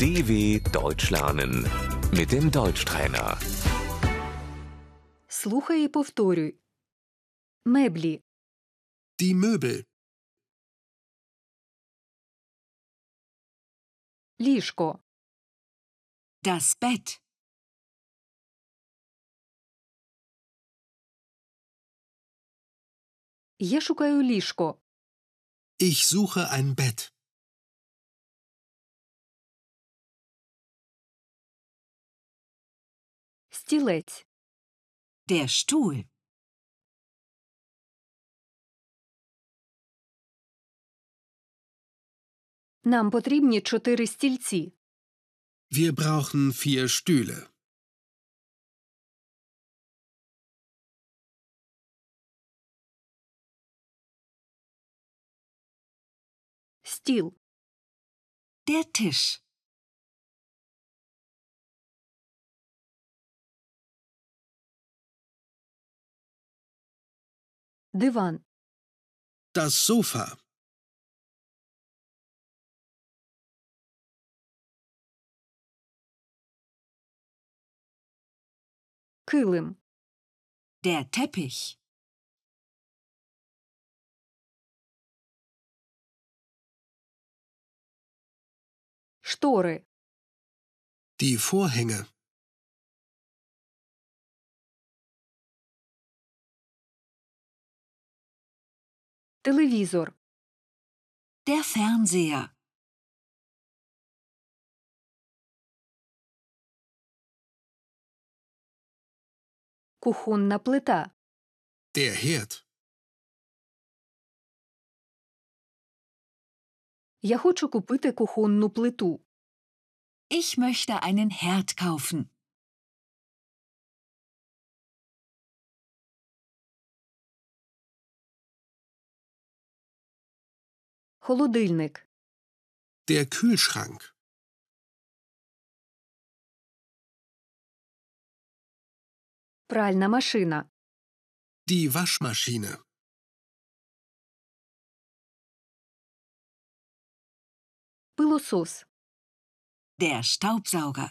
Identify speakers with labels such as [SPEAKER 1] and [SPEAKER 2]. [SPEAKER 1] DW Deutsch lernen mit dem Deutschtrainer.
[SPEAKER 2] Слухай і повторюй. Меблі,
[SPEAKER 3] Die Möbel,
[SPEAKER 2] ліжко,
[SPEAKER 4] Das Bett,
[SPEAKER 2] я шукаю ліжко,
[SPEAKER 3] ich suche ein Bett,
[SPEAKER 2] стілець,
[SPEAKER 4] der Stuhl,
[SPEAKER 2] нам потрібні чотири стільці,
[SPEAKER 3] wir brauchen vier Stühle,
[SPEAKER 2] стіл,
[SPEAKER 4] der Tisch,
[SPEAKER 2] диван,
[SPEAKER 3] das Sofa,
[SPEAKER 2] килим,
[SPEAKER 4] der Teppich,
[SPEAKER 2] штори,
[SPEAKER 3] die Vorhänge,
[SPEAKER 2] телевізор,
[SPEAKER 4] der Fernseher,
[SPEAKER 2] кухонна плита,
[SPEAKER 3] der Herd,
[SPEAKER 2] Я хочу купити кухонну плиту,
[SPEAKER 4] ich möchte einen Herd kaufen,
[SPEAKER 2] холодильник,
[SPEAKER 3] der Kühlschrank,
[SPEAKER 2] пральна машина,
[SPEAKER 3] die Waschmaschine,
[SPEAKER 2] пилосос,
[SPEAKER 4] der Staubsauger,